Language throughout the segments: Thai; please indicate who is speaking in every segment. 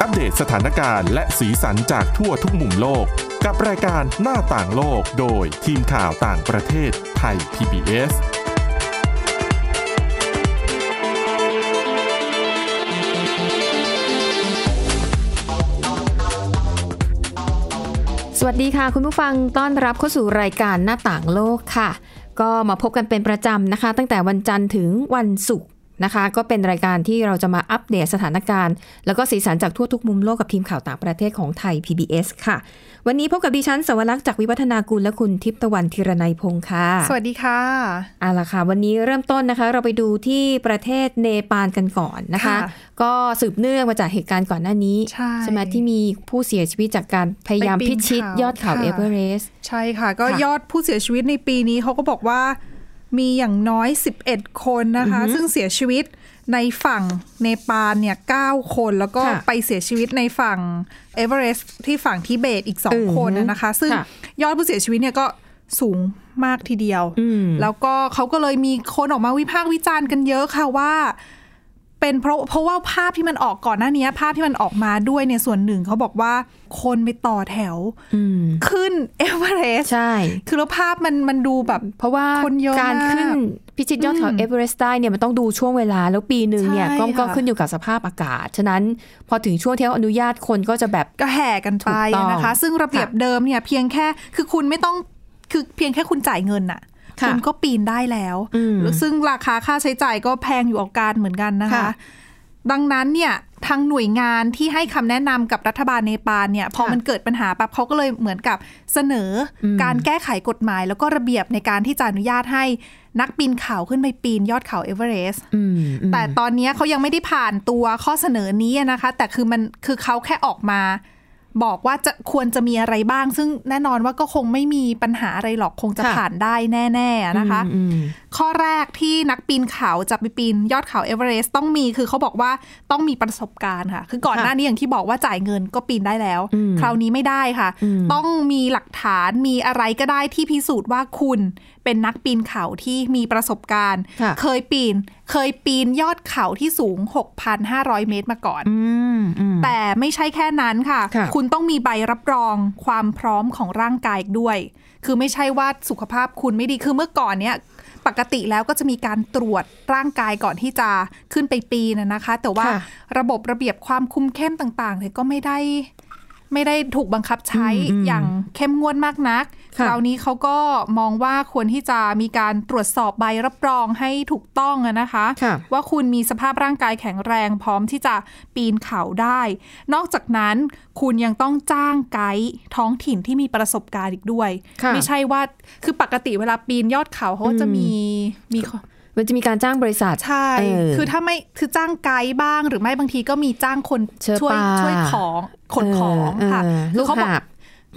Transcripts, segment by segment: Speaker 1: อัปเดตสถานการณ์และสีสันจากทั่วทุกมุมโลก กับรายการหน้าต่างโลกโดยทีมข่าวต่างประเทศไทย PBS
Speaker 2: สวัสดีค่ะ คุณผู้ฟังต้อนรับเข้าสู่รายการหน้าต่างโลกค่ะ ก็มาพบกันเป็นประจำนะคะ ตั้งแต่วันจันทร์ถึงวันศุกร์นะคะ ก็เป็นรายการที่เราจะมาอัปเดตสถานการณ์ แล้วก็สีสันจากทั่วทุกมุมโลกกับทีมข่าวต่างประเทศของไทย PBS ค่ะ วันนี้พบกับดิฉันสวรักษ์จากวิวัฒนากุลและคุณทิพย์ตะวันธีรนัยพงค์ค่ะ
Speaker 3: สวัสดีค่ะ
Speaker 2: เอาล่ะค่ะ วันนี้เริ่มต้นนะคะ เราไปดูที่ประเทศเนปาลกันก่อนนะคะ
Speaker 3: ค่ะ
Speaker 2: ก็สืบเนื่องมาจากเหตุการณ์ก่อนหน้านี้
Speaker 3: ใช่
Speaker 2: ไหมที่มีผู้เสียชีวิตจากการพยายาม
Speaker 3: ไปปีน
Speaker 2: พิชิต
Speaker 3: เขา
Speaker 2: ยอดเขา
Speaker 3: ค่ะ
Speaker 2: เอเวอเรสต์
Speaker 3: ใช่ค่ะ ก็
Speaker 2: ค่ะ
Speaker 3: ยอดผู้เสียชีวิตในปีนี้เขาก็บอกว่ามีอย่างน้อย 11 คนนะคะ ซึ่งเสียชีวิตในฝั่งเนปาลเนี่ย9คน แล้วก็
Speaker 2: ค่ะ
Speaker 3: ไปเสียชีวิตในฝั่งเอเวอเรสต์ที่ฝั่งทิเบตอีก
Speaker 2: อือหือ
Speaker 3: 2คนน่ะนะคะ ซึ่ง
Speaker 2: ค่ะ
Speaker 3: ยอดผู้เสียชีวิตเนี่ยก็สูงมากทีเดียว
Speaker 2: อืม
Speaker 3: แล้วก็เขาก็เลยมีคนออกมาวิพากษ์วิจารณ์กันเยอะค่ะว่า เป็นเพราะเพราะว่าภาพที่มันออกก่อนหน้านี้ภาพที่มันออกมาด้วยเนี่ยส่วนหนึ่งเขาบอกว่าคนไปต่อแถว
Speaker 2: อืม
Speaker 3: ขึ้นเอเวอเรสต์
Speaker 2: ใช่
Speaker 3: คือแล้วภาพมันมันดูแบบ
Speaker 2: เพราะว่า
Speaker 3: คนเยอะมาก
Speaker 2: การขึ้นพิชิตยอดเขา
Speaker 3: อืม
Speaker 2: เอเวอเรสต์ได้เนี่ยมันต้องดูช่วงเวลาแล้วปีหนึ่งเนี่ย
Speaker 3: ใช่
Speaker 2: ก็ก็
Speaker 3: ค่ะ
Speaker 2: ขึ้นอยู่กับสภาพอากาศ ฉะนั้นพอถึงช่วงที่เขาอนุญาตคนก็จะแบบ
Speaker 3: ก็แห่กันไป
Speaker 2: ถูกต้อง
Speaker 3: นะคะ ซึ่งระเบียบเดิมเนี่ยเพียงแค่คือคุณไม่ต้องคือเพียงแค่คุณจ่ายเงินน่ะ
Speaker 2: ค่ะ
Speaker 3: ณก็ปีนได้แล้ว
Speaker 2: อืม
Speaker 3: ซึ่งราคาค่าใช้จ่ายก็แพงอยู่เอาการเหมือนกันนะคะ
Speaker 2: ค่ะ
Speaker 3: ดังนั้นเนี่ยทางหน่วยงานที่ให้คำแนะนำกับรัฐบาลเนปาลเนี่ยพอมันเกิดปัญหาปั๊บเขาก็เลยเหมือนกับเสนออการแก้ไขกฎหมาย แล้วก็ระเบียบในการที่จะอนุญาตให้นักปีนเขาขึ้นไปปีนยอดเขาเอเวอเรสต์
Speaker 2: อืมอืม
Speaker 3: แต่ตอนเนี้ยเขายังไม่ได้ผ่านตัวข้อเสนอนี้นะคะ แต่คือมันคือเขาแค่ออกมา บอกว่าจะควรจะมีอะไรบ้าง ซึ่งแน่นอนว่าก็คงไม่มีปัญหาอะไรหรอกคงจะ
Speaker 2: ค่ะ
Speaker 3: ผ่านได้แน่ๆนะคะ
Speaker 2: อืม
Speaker 3: ข้อแรกที่นักปีนเขาจะไปปีนยอดเขาเอเวอเรสต์ต้องมีคือเขาบอกว่าต้องมีประสบการณ์ค่ะ คือก่อน
Speaker 2: ค่ะ
Speaker 3: หน้านี้อย่างที่บอกว่าจ่ายเงินก็ปีนได้แล้ว
Speaker 2: อืม
Speaker 3: คราวนี้ไม่ได้ค่ะ
Speaker 2: อืม
Speaker 3: ต้องมีหลักฐานมีอะไรก็ได้ที่พิสูจน์ว่าคุณเป็นนักปีนเขาที่มีประสบการณ์
Speaker 2: ค่ะ
Speaker 3: เคยปีนเคยปีนยอดเขาที่สูง 6,500 เมตรมาก่อน
Speaker 2: อืมอืม
Speaker 3: แต่ไม่ใช่แค่นั้นค่ะ
Speaker 2: ค่ะ
Speaker 3: ณต้องมีใบรับรองความพร้อมของร่างกายอีกด้วย คือไม่ใช่ว่าสุขภาพคุณไม่ดี คือเมื่อก่อนเนี่ย ปกติแล้วก็จะมีการตรวจร่างกายก่อนที่จะขึ้นไปปีนนะนะคะ แต่ว่า
Speaker 2: ค่ะ
Speaker 3: ระบบระเบียบความคุ้มเข้มต่างๆเนี่ยก็ไม่ได้ ไม่ได้ถูกบังคับใช้
Speaker 2: อืมอืม
Speaker 3: อย่างเข้มงวดมากนัก
Speaker 2: ค่ะ
Speaker 3: คราวนี้เขาก็มองว่าควรที่จะมีการตรวจสอบใบรับรองให้ถูกต้องอะนะคะ
Speaker 2: ค่ะ
Speaker 3: ว่าคุณมีสภาพร่างกายแข็งแรงพร้อมที่จะปีนเขาได้ นอกจากนั้นคุณยังต้องจ้างไกด์ท้องถิ่นที่มีประสบการณ์อีกด้วย
Speaker 2: ค่ะ
Speaker 3: ไม่ใช่ว่าคือปกติเวลาปีนยอดเขาเขาก็จะ
Speaker 2: อืม
Speaker 3: มีมีข
Speaker 2: มันจะมีการจ้างบริษัท
Speaker 3: ใช่
Speaker 2: เออ
Speaker 3: คือถ้าไม่คือจ้างไกด์บ้าง หรือไม่บางทีก็มีจ้างคน
Speaker 2: เชอ
Speaker 3: ช่วย
Speaker 2: ปา
Speaker 3: ช่วยของขนของ
Speaker 2: เ
Speaker 3: ค่ะ
Speaker 2: เออ
Speaker 3: คื
Speaker 2: ลู
Speaker 3: อก เขาบอก
Speaker 2: หาบ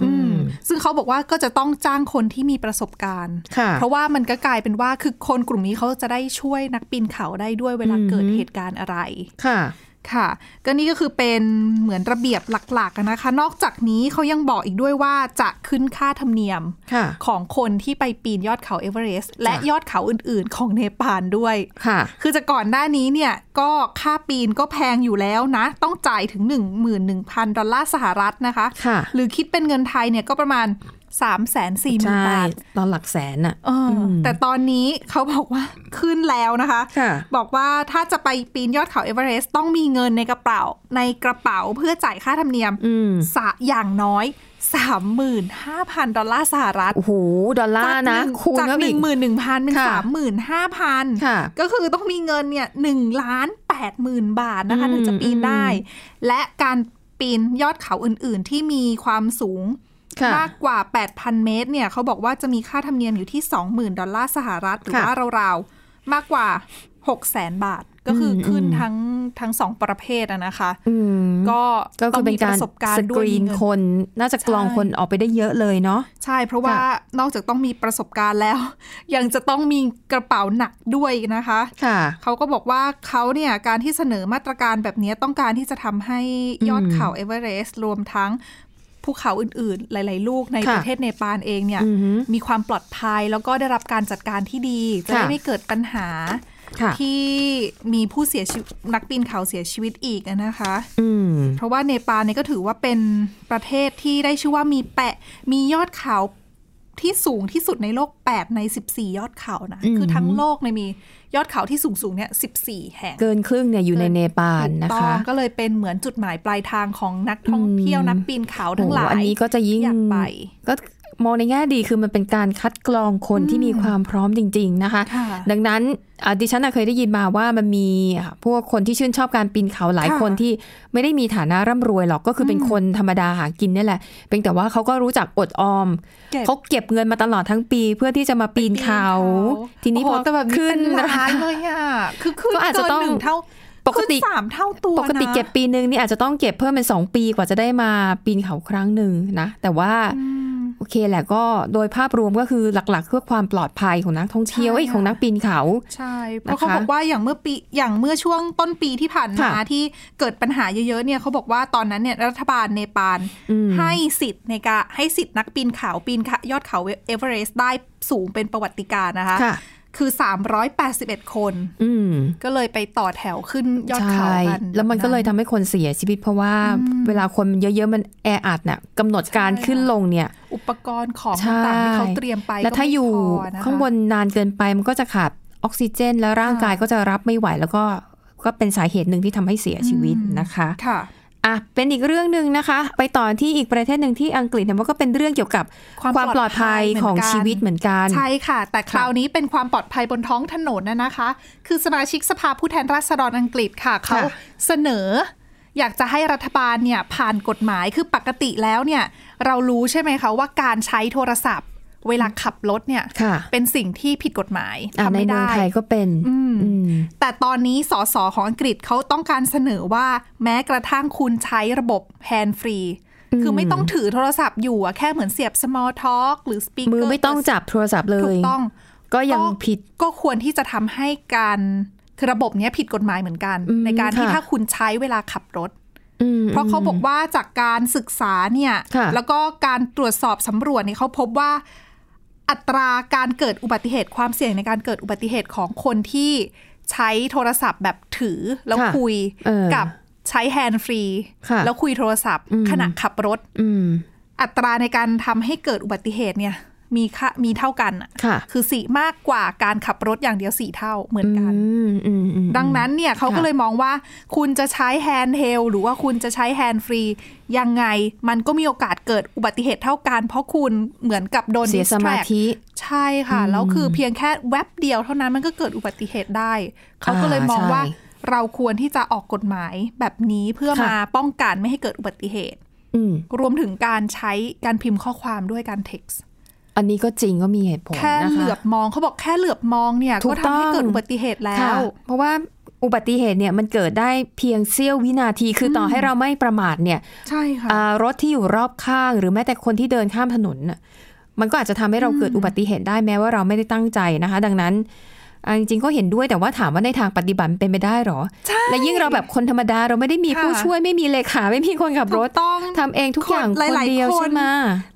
Speaker 3: อืมซึ่งเขาบอกว่าก็จะต้องจ้างคนที่มีประสบการณ์
Speaker 2: ค่ะ
Speaker 3: เพราะว่ามันก็กลายเป็นว่าคือคนกลุ่มนี้เขาจะได้ช่วยนักปีนเขาได้ด้วยเวลาเกิด
Speaker 2: อืม
Speaker 3: เหตุการณ์อะไร
Speaker 2: ค่ะ
Speaker 3: ค่ะ ก็นี่ก็คือเป็นเหมือนระเบียบหลักๆอะนะคะ นอกจากนี้เขายังบอกอีกด้วยว่าจะขึ้นค่าธรรมเนียม
Speaker 2: ค่ะ
Speaker 3: ของคนที่ไปปีนยอดเขาเอเวอเรสต์และยอดเขาอื่นๆ ของเนปาลด้วย
Speaker 2: ค่ะ
Speaker 3: คือจากก่อนหน้านี้เนี่ยก็ค่าปีนก็แพงอยู่แล้วนะ ต้องจ่ายถึง 11,000 ดอลลาร์สหรัฐนะคะ
Speaker 2: ค่ะ
Speaker 3: หรือคิดเป็นเงินไทยเนี่ยก็ประมาณ 3 4 0 0 0
Speaker 2: ใช่
Speaker 3: 0บาท
Speaker 2: ตอนหลักแสนอ่ะ
Speaker 3: เอออ
Speaker 2: ม
Speaker 3: แต่ตอนนี้เขาบอกว่า ขึ้นแล้วนะคะ
Speaker 2: ค่ะ
Speaker 3: บอกว่าถ้าจะไปปีนยอดเขาเอเวอเรสต์ต้องมีเงินในกระเป๋าในกระเป๋าเพื่อจ่ายค่าธรรมเนียม
Speaker 2: อืม
Speaker 3: สะอย่างน้อย 35,000 ดอลลาร์สหรัฐ
Speaker 2: โอ้โห ดอลลาร์นะ คูณ
Speaker 3: จาก
Speaker 2: เข้าไป
Speaker 3: ห
Speaker 2: อี
Speaker 3: นึ่
Speaker 2: ก
Speaker 3: งหมื่นหนึ่งพันเป็น
Speaker 2: ค่ะ
Speaker 3: สามหมื่นห้าพัน
Speaker 2: ค่ะ
Speaker 3: ก็คือต้องมีเงินเนี่ยหนึ่งล้านแปดหมื่นบาทนะคะ
Speaker 2: อืม
Speaker 3: ถึงจะปีนได้
Speaker 2: อื
Speaker 3: และการปีนยอดเขาอื่น ๆ ที่มีความสูง
Speaker 2: ค่ะ
Speaker 3: มากกว่า 8,000 เมตร เนี่ย เขาบอกว่าจะมีค่าธรรมเนียมอยู่ที่ 20,000 ดอลลาร์สหรัฐ หรือ
Speaker 2: ค่ะ
Speaker 3: ว่าราวๆ มากกว่า 600,000 บาท ก็คืออ
Speaker 2: ม
Speaker 3: ขึ้นทั้งทั้งสองประเภทอะนะคะ
Speaker 2: อืม
Speaker 3: ก็
Speaker 2: ก็
Speaker 3: ต้
Speaker 2: คื
Speaker 3: อง
Speaker 2: อเป็
Speaker 3: มี
Speaker 2: น
Speaker 3: ป
Speaker 2: การ
Speaker 3: ระสบการ
Speaker 2: ส
Speaker 3: ณ์ด้
Speaker 2: ก
Speaker 3: วย
Speaker 2: รี
Speaker 3: มี
Speaker 2: น
Speaker 3: เงิน
Speaker 2: คน น่าจะกรอง
Speaker 3: ใช่
Speaker 2: คนออกไปได้เยอะเลยเนาะ
Speaker 3: ใช่ เพราะว่า
Speaker 2: ค่ะ
Speaker 3: นอกจากต้องมีประสบการณ์แล้ว ยังจะต้องมีกระเป๋าหนักด้วยนะคะ
Speaker 2: ค่ะ
Speaker 3: เขาก็บอกว่าเขาเนี่ยการที่เสนอมาตรการแบบนี้ต้องการที่จะทำให้ยอด
Speaker 2: อืม
Speaker 3: เขาเอเวอเรสต์รวมทั้งภูเขาอื่นๆ หลาย ๆ ลูกใน
Speaker 2: ค่ะ
Speaker 3: ประเทศเนปาลเองเนี่ย
Speaker 2: อือหือ
Speaker 3: มีความปลอดภัยแล้วก็ได้รับการจัดการที่ดี จะ
Speaker 2: ค่ะ
Speaker 3: ได้ไม่เกิดปัญหา
Speaker 2: ค่ะ
Speaker 3: ที่มีผู้เสียชีวิตนักปีนเขาเสียชีวิตอีกอะนะคะ
Speaker 2: อืม
Speaker 3: เพราะว่าเนปาลเนี่ยก็ถือว่าเป็นประเทศที่ได้ชื่อว่ามีแปะมียอดเขาที่สูงที่สุดในโลก 8 ใน 14 ยอดเขานะ
Speaker 2: อืม
Speaker 3: คือทั้งโลกเนี่ยมียอดเขาที่สูงสูงๆเนี่ย14 แห่ง
Speaker 2: เกินครึ่งเนี่ยอยู่ในเนปาล
Speaker 3: ถูก
Speaker 2: นะ
Speaker 3: ต้อ
Speaker 2: คะ
Speaker 3: งก็เลยเป็นเหมือนจุดหมายปลายทางของนักท่องเที่ยว
Speaker 2: อืม
Speaker 3: นักปีนเขาทั้งหลาย
Speaker 2: โอ้โอันนี้ก็จะยิ่ง
Speaker 3: อยากไป
Speaker 2: ก็มองในแง่ดีคือมันเป็นการคัดกรองคนที่มีความพร้อมจริง ๆ นะคะ
Speaker 3: ค่ะ
Speaker 2: ดังนั้นอ่ะดิฉันน่ะเคยได้ยินมาว่ามันมีพวกคนที่ชื่นชอบการปีนเขาหลาย
Speaker 3: ค่ะ
Speaker 2: คนที่ไม่ได้มีฐานะร่ำรวยหรอกก็คือเป็นคนธรรมดาหากินนี่แหละเพียงแต่ว่าเขาก็รู้จักอดออม
Speaker 3: เก็บ
Speaker 2: เขาเก็บเงินมาตลอดทั้งปีเพื่อที่จะมาปีนเขา ทีนี้
Speaker 3: โอ้
Speaker 2: พ
Speaker 3: โห
Speaker 2: อ
Speaker 3: แต่แบบนี้
Speaker 2: ขึ้น
Speaker 3: เป็นล้านเลยอ่ะคือขึ้น
Speaker 2: ก็อาจจะ
Speaker 3: เกิน
Speaker 2: ต้อง
Speaker 3: หนึ่งเท่า
Speaker 2: ปกติ
Speaker 3: ขึ้นสามเท่าตัว
Speaker 2: ปกติ
Speaker 3: นะ
Speaker 2: เก็บปีหนึ่งนี่อาจจะต้องเก็บเพิ่มเป็น 2 ปีกว่าจะได้มาปีนเขาครั้งหนึ่งนะ แต่ว่าโอเคแหละก็โดยภาพรวมก็คือหลักๆเพื่อความปลอดภัยของนักท่องเที่ยว
Speaker 3: ใช่
Speaker 2: เอ้ย
Speaker 3: ค่ะ
Speaker 2: ของนักปีนเขา
Speaker 3: ใช่ เพราะ
Speaker 2: นะคะ
Speaker 3: เขาบอกว่าอย่างเมื่อปีอย่างเมื่อช่วงต้นปีที่ผ่านมา
Speaker 2: ค่ะ
Speaker 3: ที่เกิดปัญหาเยอะๆเนี่ยเขาบอกว่าตอนนั้นเนี่ยรัฐบาลเนปาล
Speaker 2: อืม
Speaker 3: ให้สิทธิ์ในการให้สิทธิ์นักปีนเขาปีนเขายอดเขาเอเวอเรสต์ได้สูงเป็นประวัติการณ์นะคะ
Speaker 2: ค่ะ
Speaker 3: คือ 381 คน
Speaker 2: อืม
Speaker 3: ก็เลยไปต่อแถวขึ้นยอด
Speaker 2: ใช
Speaker 3: เขา
Speaker 2: ่
Speaker 3: กัน
Speaker 2: แล้วมันก็เลยทำให้คนเสียชีวิต เพราะว่าเวลาคนเยอะๆมันแออัดน่ะกำหนดการขึ้นลงเนี่ย
Speaker 3: อุปกรณ์ของ
Speaker 2: ใช่
Speaker 3: ต่างๆที่เขาเตรียมไป
Speaker 2: แล้ว
Speaker 3: ก็
Speaker 2: ถ้า
Speaker 3: ไม่
Speaker 2: อยู่
Speaker 3: พนะคะ
Speaker 2: ข้างบนนานเกินไปมันก็จะขาดออกซิเจน แล้วร่าง
Speaker 3: ค่ะ
Speaker 2: กายก็จะรับไม่ไหวแล้วก็ก็เป็นสาเหตุหนึ่งที่ทำให้เสียชีวิตนะคะ
Speaker 3: ค่ะ
Speaker 2: อ่ะเป็นอีกเรื่องหนึ่งนะคะ ไปต่อที่อีกประเทศหนึ่งที่อังกฤษเนี่ยมันก็เป็นเรื่องเกี่ยวกับ
Speaker 3: ความ
Speaker 2: ปลอดภัย
Speaker 3: ปลอดภัย
Speaker 2: ของ
Speaker 3: เหมือนกัน
Speaker 2: ชีวิตเหมือนกัน
Speaker 3: ใช่ค่ะ แต่ค
Speaker 2: ค่ะ
Speaker 3: ราวนี้เป็นความปลอดภัยบนท้องถนนนะนะคะ คือสมาชิกสภาผู้แทนราษฎรอังกฤษค่ะ เขาเสนอ อยากจะให้รัฐบาลเนี่ยผ่านกฎหมายคือปกติแล้วเนี่ยเรารู้ใช่ไหมคะว่าการใช้โทรศัพท์ เวลาขับรถเนี่ย
Speaker 2: ค่ะ
Speaker 3: เป็นสิ่งที่ผิดกฎหมาย
Speaker 2: อ่ะ
Speaker 3: ทำ
Speaker 2: ใน
Speaker 3: ไม่
Speaker 2: เมือง
Speaker 3: ได้
Speaker 2: ไทยก็เป็นอืม
Speaker 3: แต่ตอนนี้สสของอังกฤษเขาต้องการเสนอว่าแม้กระทั่งคุณใช้ระบบแฮนด์ฟรี คือไม่ต้องถือโทรศัพท์อยู่อะแค่เหมือนเสียบ small talk หรือ speaker
Speaker 2: มือไม่ต้องจับโทรศัพท์เล
Speaker 3: ถู
Speaker 2: ย
Speaker 3: กต้อง
Speaker 2: ก็ยังผิด
Speaker 3: ก็ควรที่จะทำให้การคือระบบเนี้ยผิดกฎหมายเหมือนกัน
Speaker 2: อืม
Speaker 3: ในการที่
Speaker 2: ค่ะ
Speaker 3: ถ้าคุณใช้เวลาขับรถ
Speaker 2: อืม
Speaker 3: เพราะเขาบอกว่าจากการศึกษาเนี่ย
Speaker 2: ค่ะ
Speaker 3: แล้วก็การตรวจสอบสำรวจเนี่ยเขาพบว่าอัตราการเกิดอุบัติเหตุความเสี่ยงในการเกิดอุบัติเหตุของคนที่ใช้โทรศัพท์แบบถือแล้ว
Speaker 2: ค่ะ
Speaker 3: คุย
Speaker 2: เออ
Speaker 3: กับใช้แฮนด์ฟรี
Speaker 2: ค่ะ
Speaker 3: แล้วคุยโทรศัพท์
Speaker 2: อืม
Speaker 3: ขณะขับรถ
Speaker 2: อืม
Speaker 3: อัตราในการทำให้เกิดอุบัติเหตุเนี่ยมีค่ามีเท่ากันอะ
Speaker 2: ค่ะ
Speaker 3: คือสี่มากกว่าการขับรถอย่างเดียวสี่เท่าเหมือนกัน
Speaker 2: อืมอืมอืม
Speaker 3: ดังนั้นเนี่ยเขาก็
Speaker 2: ค่ะ
Speaker 3: เลยมองว่าคุณจะใช้แฮนด์เฮลหรือว่าคุณจะใช้แฮนด์ฟรียังไง มันก็มีโอกาสเกิดอุบัติเหตุเท่ากัน เพราะคุณเหมือนกับโดน
Speaker 2: เสียสมา
Speaker 3: distract
Speaker 2: ธิ
Speaker 3: ใช่ค่ะ แล้วคือเพียงแค่แวบเดียวเท่านั้นมันก็เกิดอุบัติเหตุได้ เขาก็เลยมอง
Speaker 2: ใช่
Speaker 3: ว่าเราควรที่จะออกกฎหมายแบบนี้เพื่อ
Speaker 2: ค่ะ
Speaker 3: มาป้องกันไม่ให้เกิดอุบัติเหตุ
Speaker 2: อืม
Speaker 3: รวมถึงการใช้การพิมพ์ข้อความด้วยการ text
Speaker 2: อันนี้ก็จริงก็มีเหตุผล
Speaker 3: แค่
Speaker 2: นะคะ
Speaker 3: เหลือบมองเขาบอกแค่เหลือบมองเนี่ย
Speaker 2: ถู
Speaker 3: ก็
Speaker 2: ก
Speaker 3: ทำให้
Speaker 2: ต้อง
Speaker 3: เกิดอุบัติเหตุแล้
Speaker 2: ค่ะ
Speaker 3: ว
Speaker 2: เพราะว่าอุบัติเหตุเนี่ยมันเกิดได้เพียงเสี้ยววินาทีคือต่อให้เราไม่ประมาทเนี่ย
Speaker 3: ใช่ค่ะ
Speaker 2: อ่ารถที่อยู่รอบข้างหรือแม้แต่คนที่เดินข้ามถนนน่ะมันก็อาจจะทำให้เราเกิดอุบัติเหตุได้แม้ว่าเราไม่ได้ตั้งใจนะคะ ดังนั้นอ่าจริงๆก็เห็นด้วยแต่ว่าถามว่าในทางปฏิบัติเป็นไปได้หรอ และยิ่งเราแบบคนธรรมดาเราไม่ได้มี
Speaker 3: ค่ะ
Speaker 2: ผู้ช่วยไม่มีเลขาไม่มีคนขับรถ
Speaker 3: ถูกต้อง
Speaker 2: ทำเองทุกอย่าง
Speaker 3: ค
Speaker 2: ค
Speaker 3: นห
Speaker 2: น
Speaker 3: ลายๆ
Speaker 2: เดียว
Speaker 3: คน
Speaker 2: ใช่ไหม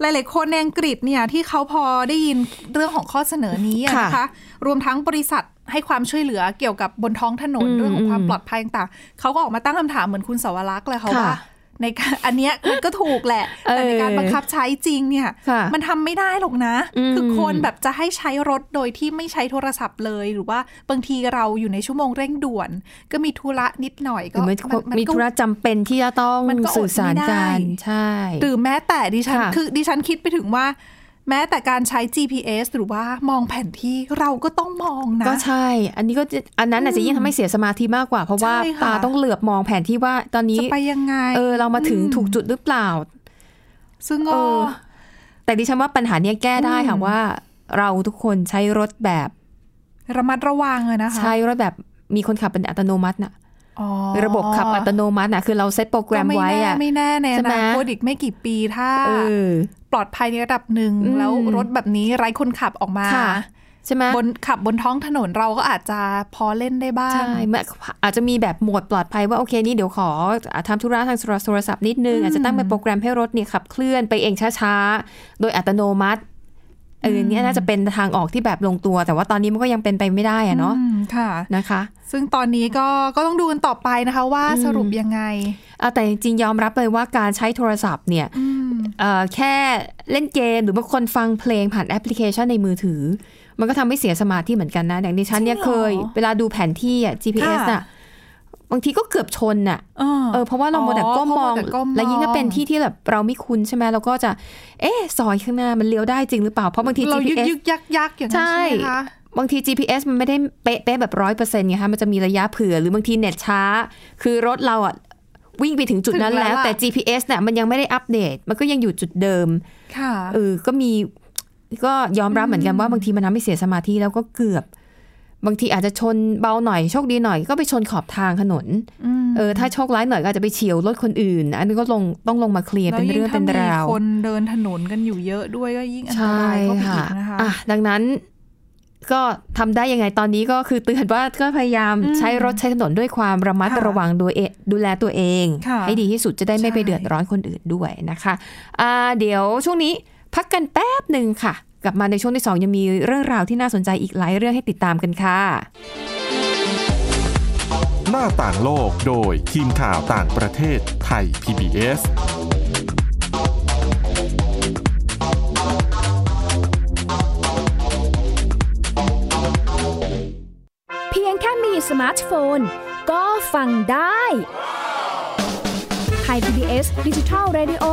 Speaker 3: หลาย ๆ คนในอังกฤษเนี่ยที่เขาพอได้ยินเรื่องของข้อเสนอนี้อะ
Speaker 2: ค่ะ
Speaker 3: นะคะ รวมทั้งบริษัทให้ความช่วยเหลือเกี่ยวกับบนท้องถนน
Speaker 2: อืม
Speaker 3: เรื่องของความปลอดภัยต่างๆเขาก็ออกมาตั้งคำถามเหมือนคุณสาวรักษ์เลยค่ะ
Speaker 2: ค่ะ
Speaker 3: ว่าในการอันเนี้ยมันก็ถูกแหละ แต่ในการ
Speaker 2: เออ
Speaker 3: บังคับใช้จริงเนี่ย
Speaker 2: ค่ะ
Speaker 3: มันทำไม่ได้หรอกนะ
Speaker 2: อืม
Speaker 3: คือคนแบบจะให้ใช้รถโดยที่ไม่ใช้โทรศัพท์เลย หรือว่าบางทีเราอยู่ในชั่วโมงเร่งด่วน ก็มีธุระนิดหน่อย
Speaker 2: ห
Speaker 3: ก็
Speaker 2: รือไม่
Speaker 3: น
Speaker 2: มี
Speaker 3: ก็
Speaker 2: ธุระจำเป็นที่จะต้อง
Speaker 3: มันก็อดไม่
Speaker 2: สื่อสาร
Speaker 3: ได้
Speaker 2: กันใช่
Speaker 3: หรือแม้แต่ดิฉัน
Speaker 2: ค่ะ
Speaker 3: คือดิฉันคิดไปถึงว่า แม้แต่การใช้ GPS หรือว่ามองแผนที่เราก็ต้องมองนะ
Speaker 2: ก็ใช่ อันนี้ก็จะอันนั้นอาจจะยิ่งทำให้เสียสมาธิมากกว่า เพราะว่า
Speaker 3: ใช่ค่ะ
Speaker 2: ตาต้องเหลือบมองแผนที่ว่าตอนนี้
Speaker 3: จะไปยังไง
Speaker 2: เออเรามาถึงถูกจุดหรือเปล่า
Speaker 3: ซึ่ง
Speaker 2: เอ
Speaker 3: ก็
Speaker 2: อ แต่ดิฉันว่าปัญหาเนี้ยแก้ได้ค่ะ
Speaker 3: อืม
Speaker 2: ว่า เราทุกคนใช้รถแบบ
Speaker 3: ระมัดระวังอะนะคะ
Speaker 2: ใช้รถแบบมีคนขับเป็นอัตโนมัติน่ะ
Speaker 3: อ๋อ
Speaker 2: ระบบขับอัตโนมัติน่ะคือเราเซตโปรแกรมไว้อะ
Speaker 3: ก็ไม่แน่ไม่แน่ใน
Speaker 2: ใช่
Speaker 3: อ
Speaker 2: ไหม
Speaker 3: นาคตอีกไม่กี่ปีถ้า
Speaker 2: เออ
Speaker 3: ปลอดภัยในระดับหนึ่ง
Speaker 2: อืม
Speaker 3: แล้วรถแบบนี้ไร้คนขับออกมา
Speaker 2: ค่ะ ใช่ไหม
Speaker 3: บนขับบนท้องถนนเราก็อาจจะพอเล่นได้บ้าง
Speaker 2: ใช่มันอาจจะมีแบบโหมดปลอดภัยว่าโอเคนี่เดี๋ยวขออ่ะทำธุระทางโทรศัพท์นิดนึง อาจจะตั้งเป็นโปรแกรมให้รถเนี่ยขับเคลื่อนไปเองช้าๆ โดยอัตโนมัติ เออเนี่ยน่าจะเป็นทางออกที่แบบลงตัว แต่ว่าตอนนี้มันก็ยังเป็นไปไม่ได้อะเนาะ
Speaker 3: อืมค่ะ
Speaker 2: นะคะ
Speaker 3: ซึ่งตอนนี้ก็ก็ต้องดูกันต่อไปนะคะ ว่า
Speaker 2: อืม
Speaker 3: สรุปยังไง
Speaker 2: อ่ะแต่จริงๆยอมรับเลยว่าการใช้โทรศัพท์เนี่ย
Speaker 3: อืม
Speaker 2: เอ่อแค่เล่นเกมหรือบางคนฟังเพลงผ่านแอปพลิเคชันในมือถือ มันก็ทำให้เสียสมาธิเหมือนกันนะอย่างดิฉันเนี่ยเคย เวลาดูแผนที่อ่ะ GPS น่ะบางทีก็เกือบชนน่ะ
Speaker 3: เออ
Speaker 2: เออเพราะว่าเราโมวแต่ก้มมอง
Speaker 3: เพราะมัวแต่ก้มมอง
Speaker 2: และยิ่งถ้าเป็นที่ที่แบบเราไม่คุ้นใช่ไหมเราก็จะ เอ๊ะซอยข้างหน้ามันเลี้ยวได้จริงหรือเปล่า เพราะบางที
Speaker 3: เรายึก
Speaker 2: GPS
Speaker 3: ยึกยักยักอย่างนั้น
Speaker 2: ใช่
Speaker 3: ใช่ไหมคะ
Speaker 2: บางที GPS มันไม่ได้เป๊ะเป๊ะแบบร้อยเปอร์เซ็นต์ไงคะมันจะมีระยะเผื่อหรือบางทีเน็ตช้า คือรถเราอ่ะวิ่งไปถึงจุดนั้นแล้ว แต่ GPS เนี่ยมันยังไม่ได้อัปเดต มันก็ยังอยู่จุดเดิม
Speaker 3: ค่ะ
Speaker 2: เออก็มีก็ยอมรับเหมือนกันว่าบางทีมันทำให้เสียสมาธิแล้วก็เกือบ บางทีอาจจะชนเบาหน่อยโชคดีหน่อย ก็ไปชนขอบทางถนน
Speaker 3: ม
Speaker 2: เออถ้าโชคร้ายหน่อยก็อาจจะไปเฉียวรถคนอื่น อันนี้ก็ลงต้องลงมาเคลียร์เป็นเรื่องเป็น
Speaker 3: แล้วยิ่ง
Speaker 2: รา
Speaker 3: ถ้าว มีคนเดินถนนกันอยู่เยอะด้วยก็ยิ่งอันต
Speaker 2: ใช่
Speaker 3: รายเข้าไปอี
Speaker 2: ค่ะ
Speaker 3: กนะคะ
Speaker 2: อ่ะดังนั้นก็ทำได้ยังไงตอนนี้ก็คือเตือนว่าก็พยายามใช้รถใช้ถนนด้วยความระมัด
Speaker 3: ค่ะ
Speaker 2: ระวังดูเอดูแลตัวเอง
Speaker 3: ค่ะ
Speaker 2: ให้ดีที่สุดจะได้ไม่ไป
Speaker 3: ใช่
Speaker 2: เดือดร้อนคนอื่นด้วยนะคะอ่าเดี๋ยวช่วงนี้พักกันแป๊บหนึ่งค่ะ กลับมาในช่วงที่สองยังมีเรื่องราวที่น่าสนใจอีกหลายเรื่องให้ติดตามกันค่ะ
Speaker 1: หน้าต่างโลกโดยทีมข่าวต่างประเทศไทย PBS
Speaker 4: เพียงแค่มีสมาร์ทโฟน ก็ฟังได้ไทย PBS ดิจิทัล Radio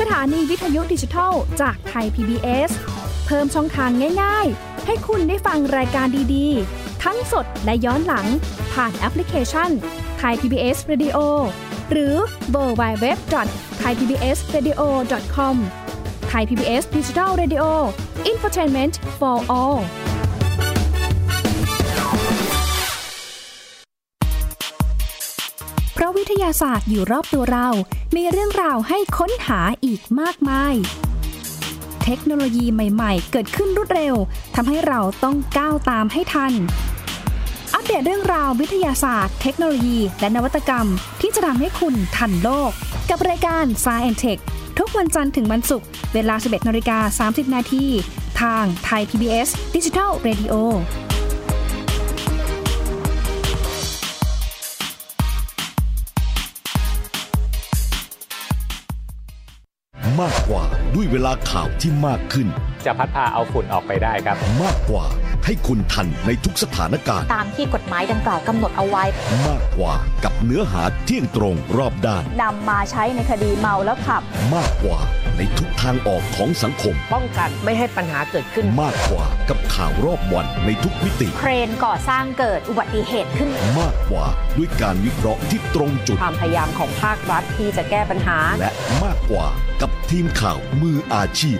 Speaker 4: สถานีวิทยุดิจิทัลจากไทย PBS เพิ่มช่องทางง่าย ๆ ให้คุณได้ฟังรายการดีๆ ทั้งสดและย้อนหลัง ผ่านแอปพลิเคชันไทย PBS Radio หรือเวอร์ไบเว็บไทยพีบีเอสเรดิโอคอมไทยพีบีเอสดิจิทัลเรดิโออินฟอร์ทนเมนต์ for all เพราะวิทยาศาสตร์อยู่รอบตัวเรา มีเรื่องราวให้ค้นหาอีกมากมาย เทคโนโลยีใหม่ ๆ เกิดขึ้นรวดเร็ว ทำให้เราต้องก้าวตามให้ทัน อัปเดตเรื่องราววิทยาศาสตร์ เทคโนโลยี และนวัตกรรม ที่จะทำให้คุณทันโลก กับรายการ Science Tech ทุกวันจันทร์ถึงวันศุกร์เวลา 11นาฬิกา30 นาทีทางไทย PBS Digital Radio
Speaker 5: มากกว่าด้วยเวลาข่าวที่มากขึ้น
Speaker 6: จะพัดพาเอาฝุ่นออกไปได้ครับ
Speaker 5: มากกว่าให้คุณทันในทุกสถานการณ์
Speaker 7: ตามที่กฎหมายดังกล่าวกำหนดเอาไว้
Speaker 5: มากกว่ากับเนื้อหาเที่ยงตรงรอบด้าน
Speaker 7: นำมาใช้ในคดีเมาแล้วขับ
Speaker 5: มากกว่าในทุกทางออกของสังคม
Speaker 8: ป้องกันไม่ให้ปัญหาเกิดขึ้น
Speaker 5: มากกว่ากับข่าวรอบวันในทุกมิติ
Speaker 7: เครนก่อสร้างเกิดอุบัติเหตุขึ้น
Speaker 5: มากกว่าด้วยการวิเคราะห์ที่ตรงจุด
Speaker 8: ความพยายามของภาครัฐที่จะแก้ปัญหา
Speaker 5: และมากกว่ากับทีมข่าวมืออาชีพ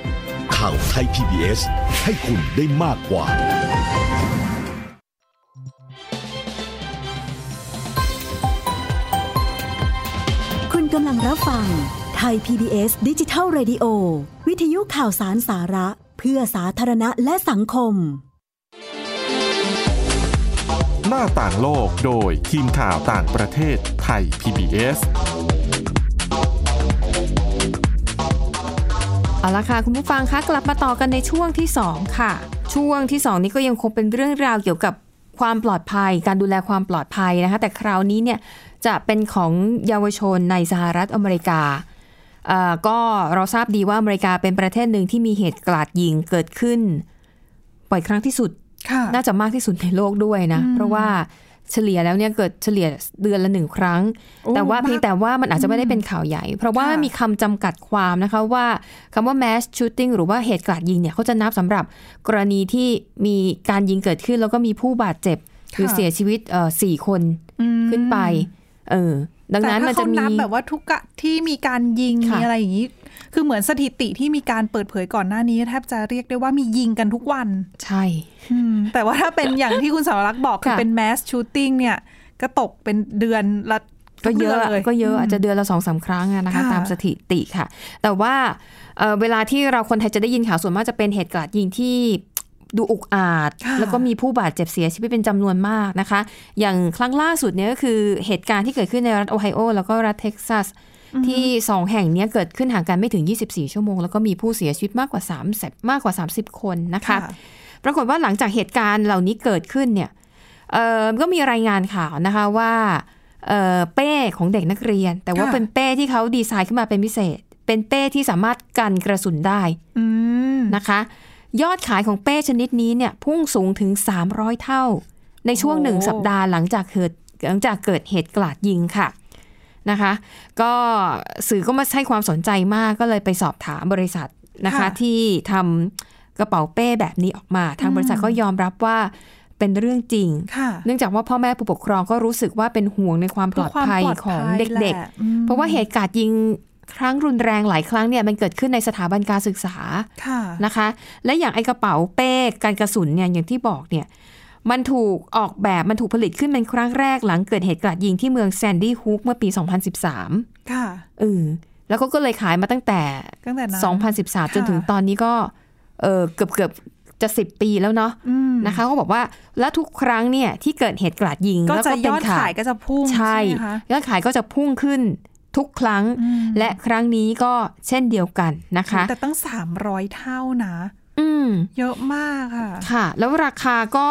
Speaker 5: ข่าวไทย PBS ให้คุณได้มากกว่า
Speaker 9: คุณกำลังรับฟังไทย PBS ดิจิทัล Radio วิทยุข่าวสารสาระ เพื่อสาธารณะและสังคม
Speaker 1: หน้าต่างโลกโดยทีมข่าวต่างประเทศไทย PBS
Speaker 2: เอาละค่ะคุณผู้ฟังคะกลับมาต่อกันในช่วงที่สองค่ะ ช่วงที่สองนี้ก็ยังคงเป็นเรื่องราวเกี่ยวกับความปลอดภัย การดูแลความปลอดภัยนะคะ แต่คราวนี้เนี่ยจะเป็นของเยาวชนในสหรัฐอเมริกาเอ่อก็เราทราบดีว่าอเมริกาเป็นประเทศหนึ่งที่มีเหตุกราดยิงเกิดขึ้นบ่อยครั้งที่สุด
Speaker 3: ค่ะ
Speaker 2: น่าจะมากที่สุดในโลกด้วยนะ เพราะว่าเฉลี่ยแล้วเนี่ยเกิดเฉลี่ยเดือนละหนึ่งครั้ง
Speaker 3: โอ้
Speaker 2: แต่ว่า
Speaker 3: บ้า
Speaker 2: เพียงแต่ว่ามันอาจจะไม่ได้เป็นข่าวใหญ่ เพราะว่า
Speaker 3: ค่ะ
Speaker 2: มีคำจำกัดความนะคะว่าคำว่า mass shooting หรือว่าเหตุกราดยิงเนี่ยเขาจะนับสำหรับกรณีที่มีการยิงเกิดขึ้น แล้วก็มีผู้บาดเจ็บ หรือเสียชีวิตเอ่อสี่คน
Speaker 3: อืม
Speaker 2: ขึ้นไปเออดังนั้น
Speaker 3: แต่
Speaker 2: มันจะ
Speaker 3: ถ้าเขา
Speaker 2: มี
Speaker 3: นับแบบว่าทุกกะที่มีการยิง
Speaker 2: ค่ะ
Speaker 3: มีอะไรอย่างนี้ คือเหมือนสถิติที่มีการเปิดเผยก่อนหน้านี้แทบจะเรียกได้ว่ามียิงกันทุกวัน
Speaker 2: ใช่
Speaker 3: อืมแต่ว่าถ้าเป็นอย่างที่คุณสาวรักษ์บอกคือ
Speaker 2: ค่ะ
Speaker 3: เป็นแมสชูตติ้งเนี่ย ก็ตกเป็นเดือนละ
Speaker 2: ก็เยอะ
Speaker 3: ทุดืนล
Speaker 2: ก็เยอะอาจจะเดือนละสองสามครั้งอะนะคะ
Speaker 3: ค่ะ
Speaker 2: ตามสถิติค่ะ แต่ว่าเอ่อเวลาที่เราคนไทยจะได้ยินข่าวส่วนมากจะเป็นเหตุกราดยิงที่ดูอุกอาจ แล้วก็มีผู้บาดเจ็บเสียชีวิตเป็นจำนวนมากนะคะ อย่างครั้งล่าสุดเนี่ยก็คือเหตุการณ์ที่เกิดขึ้นในรัฐโอไฮโอแล้วก็รัฐเท็กซัส ที่ 2 แห่งเนี้ยเกิดขึ้นห่างกันไม่ถึง 24 ชั่วโมง แล้วก็มีผู้เสียชีวิตมากกว่า30มากกว่า 30 คนนะคะ ปรากฏว่าหลังจากเหตุการณ์เหล่านี้เกิดขึ้นเนี่ยเอ่อก็มีรายงานข่าวนะคะว่าเอ่อเป้ของเด็กนักเรียน แต่ว่า
Speaker 3: ค่ะ
Speaker 2: เป็นเป้ที่เขาดีไซน์ขึ้นมาเป็นพิเศษ เป็นเป้ที่สามารถกันกระสุนได้
Speaker 3: อืม
Speaker 2: นะคะ ยอดขายของเป้ชนิดนี้เนี่ยพุ่งสูงถึง 300 เท่า ในช่วง
Speaker 8: โอ้
Speaker 2: หนึ่งสัปดาห์หลังจากเกิดหลังจากเกิดเหตุกลาดยิงค่ะนะคะ ก็สื่อก็มาให้ความสนใจมากก็เลยไปสอบถามบริษัทนะคะ
Speaker 3: ค่ะ
Speaker 2: ที่ทำกระเป๋าเป้แบบนี้ออกมา ทางบริษัทก็ยอมรับว่าเป็นเรื่องจริง
Speaker 3: ค่ะ
Speaker 2: เนื่องจากว่าพ่อแม่ผู้ปกครองก็รู้สึกว่าเป็นห่วงในความปลอดภัยของเด็ก ๆ
Speaker 3: ๆ
Speaker 2: เพราะว่าเหตุการณ์ยิงครั้งรุนแรงหลายครั้งเนี่ยมันเกิดขึ้นในสถาบันการศึกษา
Speaker 3: ค่ะ
Speaker 2: นะคะ และอย่างไอกระเป๋าเป้การกระสุนเนี่ยอย่างที่บอกเนี่ยมันถูกออกแบบมันถูกผลิตขึ้นเป็นครั้งแรกหลังเกิดเหตุการณ์ยิงที่เมืองแซนดี้ฮุกเมื่อปี 2013
Speaker 3: ค่ะ
Speaker 2: เออแล้วก็ก็เลยขายมาตั้งแต่
Speaker 3: ตั้งแต่นั้น
Speaker 2: 2013 จนถึงตอนนี้ก็เออเกือบเกือบๆจะ 10 ปีแล้วเนาะ
Speaker 3: อืม
Speaker 2: นะคะเขาบอกว่าแล้วทุกครั้งเนี่ยที่เกิดเหตุกราดยิง
Speaker 3: ก็
Speaker 2: แล้ว
Speaker 3: จะ
Speaker 2: เป็
Speaker 3: ย
Speaker 2: น
Speaker 3: อด
Speaker 2: ข่ว
Speaker 3: ขายก็จะพุ่ง
Speaker 2: ใช่
Speaker 3: ใช่ไหมคะ
Speaker 2: ยอดขายก็จะพุ่งขึ้นทุกครั้ง
Speaker 3: อืม
Speaker 2: และครั้งนี้ก็เช่นเดียวกันนะคะ
Speaker 3: แต่ตั้ง 300 เท่านะ
Speaker 2: อืม
Speaker 3: เยอะมากค่ะ
Speaker 2: ค่ะ แล้วราคาก็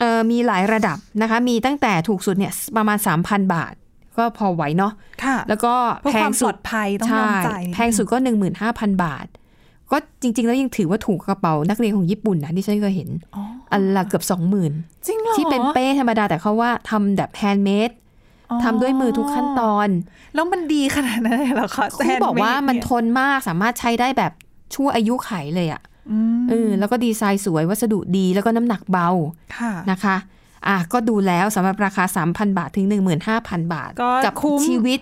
Speaker 2: เอ่อมีหลายระดับนะคะ มีตั้งแต่ถูกสุดเนี่ยประมาณ 3,000 บาท ก็พอไหวเนาะ
Speaker 3: ค่ะ
Speaker 2: แล้วก็
Speaker 3: เพื่อ
Speaker 2: แพ
Speaker 3: ควาง มปล
Speaker 2: สุ
Speaker 3: อ
Speaker 2: ด
Speaker 3: ดภัยต้องยอ
Speaker 2: ใช่
Speaker 3: มจ่ายนิดนึ
Speaker 2: แพงสุดก็ 15,000 บาท ก็จริง ๆ แล้วยังถือว่าถูกกระเป๋านักเรียนของญี่ปุ่นนะที่ฉันเคยเห็น
Speaker 3: อ๋อ
Speaker 2: อันละเกือบ20,000
Speaker 3: จริงเหรอ
Speaker 2: ที่เป็นเป้ธรรมดาแต่เขาว่าทำแบบแฮนด์เมด
Speaker 3: อ๋อ
Speaker 2: ทำด้วยมือทุกขั้นตอน
Speaker 3: แล้วมันดีขนาดนั้นเลยเหรอคะ
Speaker 2: เขาบอกว่ามัน
Speaker 3: แซด์เด
Speaker 2: ทนมากสามารถใช้ได้แบบชั่วอายุไขเลยอะ่ะ
Speaker 3: อืม
Speaker 2: เออแล้วก็ดีไซน์สวยวัสดุดีแล้วก็น้ำหนักเบา
Speaker 3: ค่ะ
Speaker 2: นะคะอ่ะก็ดูแล้วสำหรับราคา 3,000 บาทถึง 15,000 บาท
Speaker 3: ก็
Speaker 2: กั
Speaker 3: คุ้ม
Speaker 2: ชีวิต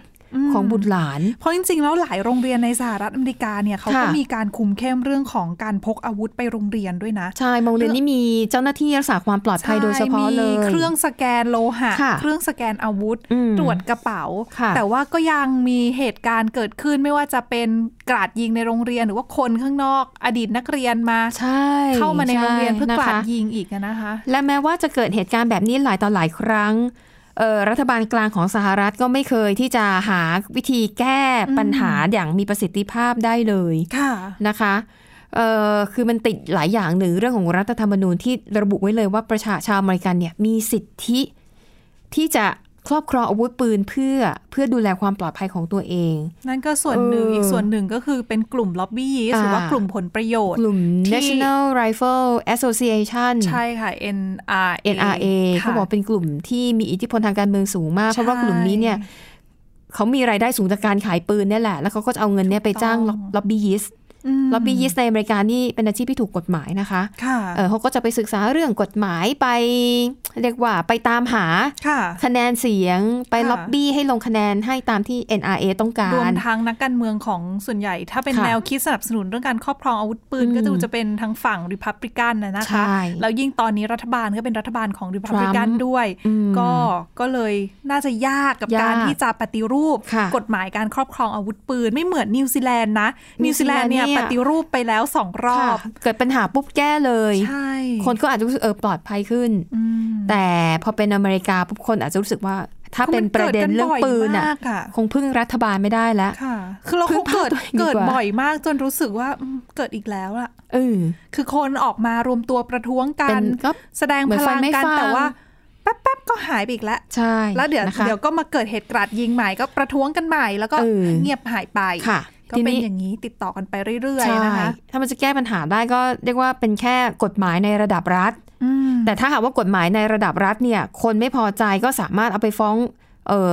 Speaker 2: ของบุตรหลาน
Speaker 3: เพราะจริงๆ แล้วหลายโรงเรียนในสหรัฐอเมริกาเนี่ยเขาก็
Speaker 2: ค่ะ
Speaker 3: มีการคุมเข้มเรื่องของการพกอาวุธไปโรงเรียนด้วยนะ
Speaker 2: ใช่โรงเรียนนี่มีเจ้าหน้าที่รักษาความปลอดภัยโดยเฉพาะเลย
Speaker 3: ใช่มีเครื่องสแกนโลหะ
Speaker 2: ค่ะ
Speaker 3: เครื่องสแกนอาวุธ
Speaker 2: อืม
Speaker 3: ตรวจกระเป๋า
Speaker 2: ค่ะ
Speaker 3: แต่ว่าก็ยังมีเหตุการณ์เกิดขึ้นไม่ว่าจะเป็นกราดยิงในโรงเรียนหรือว่าคนข้างนอกอดีตนักเรียนมา
Speaker 2: ใช่
Speaker 3: เข้ามาในโรงเรียนเพื่อกราด
Speaker 2: ช่ะคะ
Speaker 3: ยิงอีกอะนะคะ
Speaker 2: และแม้ว่าจะเกิดเหตุการณ์แบบนี้หลายต่อหลายครั้งเอ่อรัฐบาลกลางของสหรัฐก็ไม่เคยที่จะหาวิธีแก้ปัญหาอย่างมีประสิทธิภาพได้เลย
Speaker 3: ค่ะ
Speaker 2: นะคะเอ่อคือมันติดหลายอย่างหนึ่งเรื่องของรัฐธรรมนูญที่ระบุไว้เลยว่าประชาชาวอเมริกันเนี่ยมีสิทธิที่จะครอบครองอาวุธปืนเพื่อเพื่อดูแลความปลอดภัยของตัวเอง
Speaker 3: นั่นก็ส่วนหนึ่ง
Speaker 2: เอออี
Speaker 3: อีกส่วนหนึ่งก็คือเป็นกลุ่มล็อบบี้ยิสต์หรือว่า
Speaker 2: อ่า
Speaker 3: กลุ่มผลประโยชน์
Speaker 2: กลุ่ม
Speaker 3: ที่
Speaker 2: National Rifle Association
Speaker 3: ใช่ค่ะ NRA
Speaker 2: NRA เขา
Speaker 3: ค่ะ
Speaker 2: บอกเป็นกลุ่มที่มีอิทธิพลทางการเมืองสูงมาก เพราะว่ากลุ่มนี้เนี่ยเขามีรายได้สูงจากการขายปืนเนี่ยแหละ แล้วเขาก็จะเอาเงินเนี่ยไปจ้าง
Speaker 3: ถูกต้อง
Speaker 2: ล็อบบี้ยิสต์
Speaker 3: อืม
Speaker 2: ล็อบบี้ยิสต์ในอเมริกานี่เป็นอาชีพที่ถูกกฎหมายนะคะ
Speaker 3: ค่ะ
Speaker 2: เออเขาก็จะไปศึกษาเรื่องกฎหมายไปเรียกว่าไปตามหา
Speaker 3: ค่ะ
Speaker 2: คะแนนเสียงไป
Speaker 3: ค่ะ
Speaker 2: ล็อบบี้ให้ลงคะแนนให้ตามที่ NRA ต้องการ
Speaker 3: รวมทั้งนักการเมืองของส่วนใหญ่ ถ้าเป็น
Speaker 2: ค่ะ
Speaker 3: แนวคิดสนับสนุนเรื่องการครอบครองอาวุธปืน
Speaker 2: อืม
Speaker 3: ก็ดูจะเป็นทางฝั่งริพับลิกันนะนะ
Speaker 2: ใช่
Speaker 3: คะ แล้วยิ่งตอนนี้รัฐบาลก็เป็นรัฐบาลของริพับลิกัน
Speaker 2: Trump
Speaker 3: ด้วย
Speaker 2: อืม
Speaker 3: ก็ก็เลยน่าจะยากกับการ
Speaker 2: ยาก
Speaker 3: ที่จะปฏิรูป
Speaker 2: ค่ะ
Speaker 3: กฎหมายการครอบครองอาวุธปืน ไม่เหมือนนิวซีแลนด์นะนิวซีแลนด์เนี่ย
Speaker 2: นิวซีแลนด์
Speaker 3: ป
Speaker 2: เนี่ย
Speaker 3: ฏิรูปไปแล้วสองรอ
Speaker 2: ค่ะ
Speaker 3: บ
Speaker 2: เกิดปัญหาปุ๊บแก้เลย
Speaker 3: ใช่
Speaker 2: คนก็อาจจะรู้สึกเออปลอดภัยขึ้น
Speaker 3: อืม
Speaker 2: แต่พอเป็นอเมริกาปุ๊บคนอาจจะรู้สึกว่า ถ้าเป็นประเด็นเรื่องปืน
Speaker 3: มันเกิดกันบ่อยมากอะ
Speaker 2: คงพึ่งรัฐบาลไม่ได้แล้ว
Speaker 3: ค่ะ คือเรา
Speaker 2: พึ่
Speaker 3: ค
Speaker 2: ง
Speaker 3: ง
Speaker 2: พา
Speaker 3: เกิด
Speaker 2: ตัวเองดีกว่า
Speaker 3: เกิดบ่อยมากจนรู้สึกว่าอืมเกิดอีกแล้วอะ
Speaker 2: เออ
Speaker 3: คือคนออกมารวมตัวประท้วงกั
Speaker 2: เป็น นก็
Speaker 3: แสดง
Speaker 2: เหมื
Speaker 3: พ
Speaker 2: อน
Speaker 3: ลัง
Speaker 2: ไฟไม่
Speaker 3: กัน
Speaker 2: ฟัง
Speaker 3: แต่ว่า แป๊บๆก็หายไปอีกแล้ว
Speaker 2: ใช่
Speaker 3: แล้วเดี๋ยว
Speaker 2: นะคะ
Speaker 3: เดี๋ยวก็มาเกิดเหตุกราดยิงใหม่ก็ประท้วงกันใหม่ แล้วก็
Speaker 2: เออ
Speaker 3: เงียบหายไป
Speaker 2: ค่ะ
Speaker 3: ก็
Speaker 2: ทีนี้
Speaker 3: เป็นอย่างนี้ติดต่อกันไปเรื่อย
Speaker 2: ใช่
Speaker 3: ๆนะคะ
Speaker 2: ถ้ามันจะแก้ปัญหาได้ก็เรียกว่าเป็นแค่กฎหมายในระดับรัฐ
Speaker 3: อืม
Speaker 2: แต่ถ้าหากว่ากฎหมายในระดับรัฐเนี่ย คนไม่พอใจก็สามารถเอาไปฟ้องเออ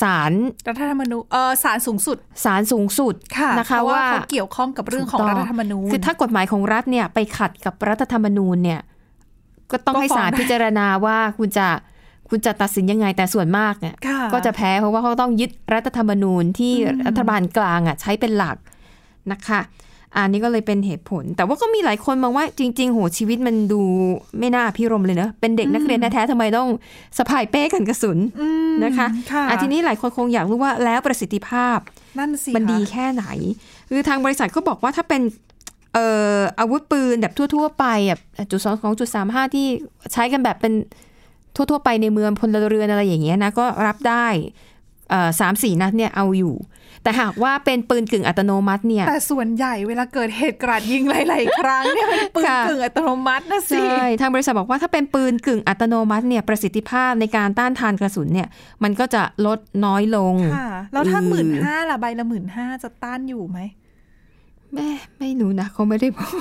Speaker 2: ศาล
Speaker 3: รัฐธรรมนูญเออศาลสูงสุด
Speaker 2: ศาลสูงสุด
Speaker 3: ค่ะ
Speaker 2: นะคะ
Speaker 3: เพราะว่า
Speaker 2: ว่า
Speaker 3: เขาเกี่ยวข้องกับเรื่องของ
Speaker 2: ถูกต้
Speaker 3: รัฐธรรมนูญ
Speaker 2: คือถ้ากฎหมายของรัฐเนี่ยไปขัดกับรัฐธรรมนูญเนี่ยก็ต้อง
Speaker 3: ก็
Speaker 2: ให้
Speaker 3: ฟ้อง
Speaker 2: ศาล
Speaker 3: ได้
Speaker 2: พิจารณาว่าคุณจะคุณจะตัดสินยังไงแต่ส่วนมากเนี่ย
Speaker 3: ค่ะ
Speaker 2: ก็จะแพ้เพราะว่าเขาต้องยึดรัฐธรรมนูญที่รัฐบาลกลางอ่ะใช้เป็นหลักนะคะอันนี้ก็เลยเป็นเหตุผล แต่ว่าก็มีหลายคนมองว่าจริง ๆ โหชีวิตมันดูไม่น่าพิรมย์เลยเนอะเป็นเด็กนักเรียนแท้ๆทำไมต้องสะพายเป้กันกระสุนนะคะ
Speaker 3: ค่ะ
Speaker 2: อ่ทีนี้หลายคนคงอยากรู้ว่าแล้วประสิทธิภาพ
Speaker 3: นั่นสิ
Speaker 2: มันดี
Speaker 3: คะ
Speaker 2: แค่ไหน คือทางบริษัทก็บอกว่าถ้าเป็นเอ่ออาวุธปืนแบบทั่ว ๆ ไปแบบจุดสองของจุดสามห้าที่ใช้กันแบบเป็นทั่ว ๆ ไปในเมืองพลเรือนอะไรอย่างเงี้ยนะก็รับได้ เอ่อสามสี่นัดเนี่ยเอาอยู่ แต่หากว่าเป็นปืนกึ่งอัตโนมัติเนี่ย
Speaker 3: แต่ส่วนใหญ่เวลาเกิดเหตุกราดยิงหลาย ๆ ครั้งเนี่ยมันปืน
Speaker 2: ค่ะ
Speaker 3: กึ่งอัตโนมัตินะสิ
Speaker 2: ใช่ทางบริษัทบอกว่าถ้าเป็นปืนกึ่งอัตโนมัติเนี่ยประสิทธิภาพในการต้านทานกระสุนเนี่ยมันก็จะลดน้อยลง
Speaker 3: ค่ะ แล้วถ้าหมื่น
Speaker 2: อืม
Speaker 3: ห้าล่ะใบละหมื่นห้าจะต้านอยู่ไหม
Speaker 2: แม่ไม่รู้นะเขาไม่ได้บอก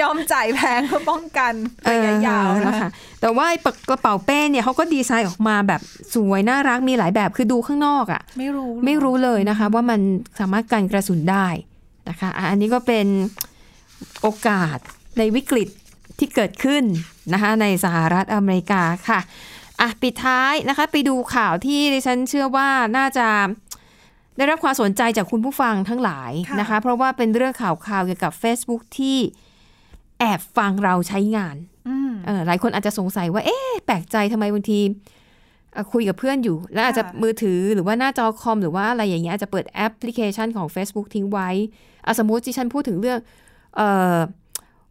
Speaker 3: ยอมจ่ายแพงเพื่อป้องกันระยะยาว
Speaker 2: เออ
Speaker 3: นะ
Speaker 2: นะคะแต่ว่าไอ้กระเป๋าเป้เนี่ยเขาก็ดีไซน์ออกมาแบบสวยน่ารักมีหลายแบบคือดูข้างนอกอะ่ะ
Speaker 3: ไม่รู้
Speaker 2: ไม่รู้เลยนะคะ ว่ามันสามารถกันกระสุนได้นะคะอ่ะอันนี้ก็เป็นโอกาสในวิกฤตที่เกิดขึ้นนะคะในสหรัฐอเมริกาค่ะอ่ะปิดท้ายนะคะ ไปดูข่าวที่ดิฉันเชื่อว่าน่าจะได้รับความสนใจจากคุณผู้ฟังทั้งหลายนะคะ เพราะว่าเป็นเรื่องข่าวข่าวๆเกี่ยวกับ Facebook ที่แอบฟังเราใช้งาน
Speaker 3: อืม
Speaker 2: เออหลายคนอาจจะสงสัยว่าเอ๊ะแปลกใจทำไมบางทีเอ่อคุยกับเพื่อนอยู่ แล้วอาจจะ
Speaker 3: ค่ะ
Speaker 2: มือถือหรือว่าหน้าจอคอมหรือว่าอะไรอย่างเงี้ยอาจจะเปิดแอปพลิเคชันของ Facebook ทิ้งไว้อะสมมติที่ฉันพูดถึงเรื่องเออ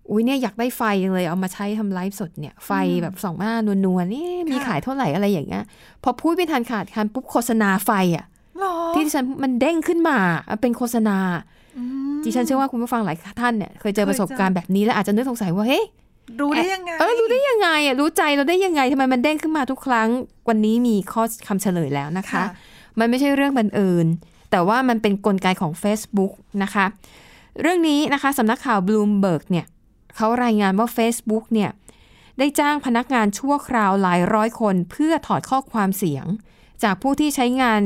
Speaker 2: อุ้ยเนี่ยอยากได้ไฟจังเลยเอามาใช้ทำไลฟ์สดเนี่ยไฟแบบสองหน้านวลๆนี่มี
Speaker 3: ค่ะ
Speaker 2: ขายเท่าไหร่อะไรอย่างเงี้ยพอพูดไม่ทันขาดคันปุ๊บโฆษณาไฟอ่ะ
Speaker 3: หรอ
Speaker 2: ที่ดิฉันมันเด้งขึ้นมาเป็นโฆษณาดิฉันเชื่อว่าคุณผู้ฟังหลายท่านเนี่ยเคยเจอ
Speaker 3: เคยเจอ
Speaker 2: ประสบการณ์แบบนี้แล้วอาจจะนึกสงสัยว่าเฮ้ย
Speaker 3: รู้ได้ยังไง
Speaker 2: เออรู้ได้ยังไงอ่ะรู้ใจเราได้ยังไงทำไมมันเด้งขึ้นมาทุกครั้ง วันนี้มีข้อคำเฉลยแล้วนะคะ
Speaker 3: ค่ะ
Speaker 2: มันไม่ใช่เรื่องบังเอิญแต่ว่ามันเป็นนกลไกของ Facebook นะคะ เรื่องนี้นะคะสำนักข่าวบลูมเบิร์กเนี่ยเขารายงานว่า Facebook เนี่ยได้จ้างพนักงานชั่วคราวหลายร้อยคน เพื่อถอดข้อความเสียง จากผู้ที่ใช้งาน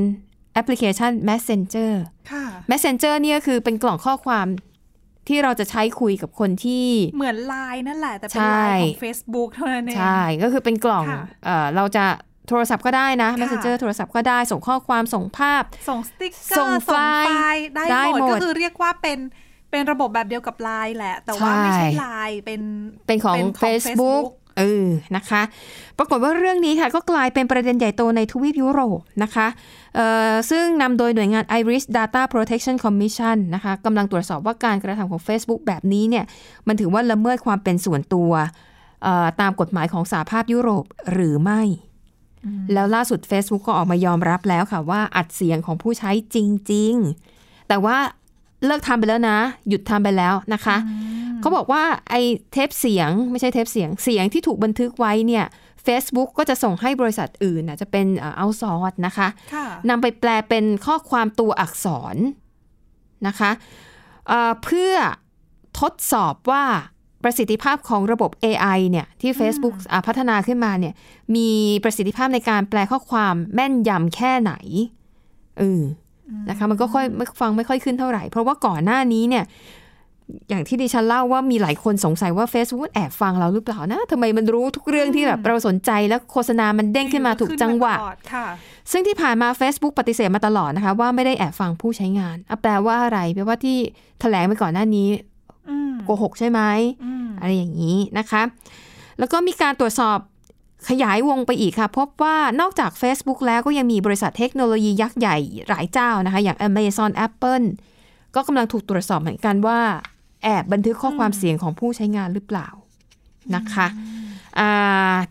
Speaker 2: แอปพลิเคชัน Messenger
Speaker 3: ค่ะ
Speaker 2: Messenger เนี่ยคือเป็นกล่องข้อความที่เราจะใช้คุยกับคนที่
Speaker 3: เหมือนไลน์นั่นแหละ แต่เป็น
Speaker 2: ใช่
Speaker 3: ไลน์ของ Facebook เท่านั้นเอง
Speaker 2: ใช่ ก็คือเป็นกล่อง
Speaker 3: ค่ะ
Speaker 2: เอ่อเราจะโทรศัพท์ก็ได้นะ
Speaker 3: ค่ะ
Speaker 2: Messenger โทรศัพท์ก็ได้ ส่งข้อความส่งภาพ
Speaker 3: ส่งสติ๊กเกอร์
Speaker 2: ส่
Speaker 3: ส่
Speaker 2: ง
Speaker 3: ง
Speaker 2: ไฟ
Speaker 3: ไฟ
Speaker 2: ล์
Speaker 3: ล์ได้
Speaker 2: ได้
Speaker 3: หมด
Speaker 2: หมด
Speaker 3: ก็คือเรียกว่าเป็นเป็นระบบแบบเดียวกับไลน์แหละ แต่ว่าไม่ใช่
Speaker 2: ใช่
Speaker 3: ไลน์เป็น
Speaker 2: เป็นของ
Speaker 3: เป็นของ
Speaker 2: Facebook
Speaker 3: Facebook
Speaker 2: เออนะคะ ปรากฏว่าเรื่องนี้ค่ะ ก็กลายเป็นประเด็นใหญ่โตในทวีปยุโรปนะคะเอ่อซึ่งนำโดยหน่วยงาน Iris Data Protection Commission นะคะกำลังตรวจสอบว่าการกระทำของ Facebook แบบนี้เนี่ย มันถือว่าละเมิดความเป็นส่วนตัวเอ่อตามกฎหมายของสหภาพยุโรปหรือไม่ แล้วล่าสุด Facebook ก็ออกมายอมรับแล้วค่ะว่าอัดเสียงของผู้ใช้จริง ๆ แต่ว่าเลิกทำไปแล้วนะ หยุดทำไปแล้วนะคะ เขาบอกว่าไอ้เทปเสียงไม่ใช่เทปเสียงเสียงที่ถูกบันทึกไว้เนี่ย Facebook ก็จะส่งให้บริษัทอื่นนะจะเป็นเอาซอร์สนะคะ
Speaker 3: ค่ะ
Speaker 2: นำไปแปลเป็นข้อความตัวอักษรนะคะเอ่อเพื่อทดสอบว่าประสิทธิภาพของระบบ AI เนี่ยที่ Facebook อ่ะพัฒนาขึ้นมาเนี่ยมีประสิทธิภาพในการแปลข้อความแม่นยำแค่ไหนเออนะคะมันก็ค่อยไม่ฟังไม่ค่อยขึ้นเท่าไหร่ เพราะว่าก่อนหน้านี้เนี่ยอย่างที่ดิฉันเล่าว่ามีหลายคนสงสัยว่า Facebook แอบฟังเราหรือเปล่านะทำไมมันรู้ทุกเรื่องที่แบบเราสนใจแล้วโฆษณามันเด้งขึ้นมาถูกจังหวะ
Speaker 3: ค่ะ
Speaker 2: ซึ่งที่ผ่านมา Facebook ปฏิเสธมาตลอดนะคะ ว่าไม่ได้แอบฟังผู้ใช้งานอ่ะแปลว่าอะไรแปลว่าที่แถลงไปก่อนหน้านี้
Speaker 3: อืม
Speaker 2: โกหกใช่ไหม
Speaker 3: อืม
Speaker 2: อะไรอย่างนี้นะคะ แล้วก็มีการตรวจสอบขยายวงไปอีกค่ะ พบว่านอกจาก Facebook แล้วก็ยังมีบริษัทเทคโนโลยียักษ์ใหญ่หลายเจ้านะคะ อย่าง Amazon Apple ก็กำลังถูกตรวจสอบเหมือนกันว่า แอบบันทึกข้อความเสียงของผู้ใช้งานหรือเปล่านะคะอ่า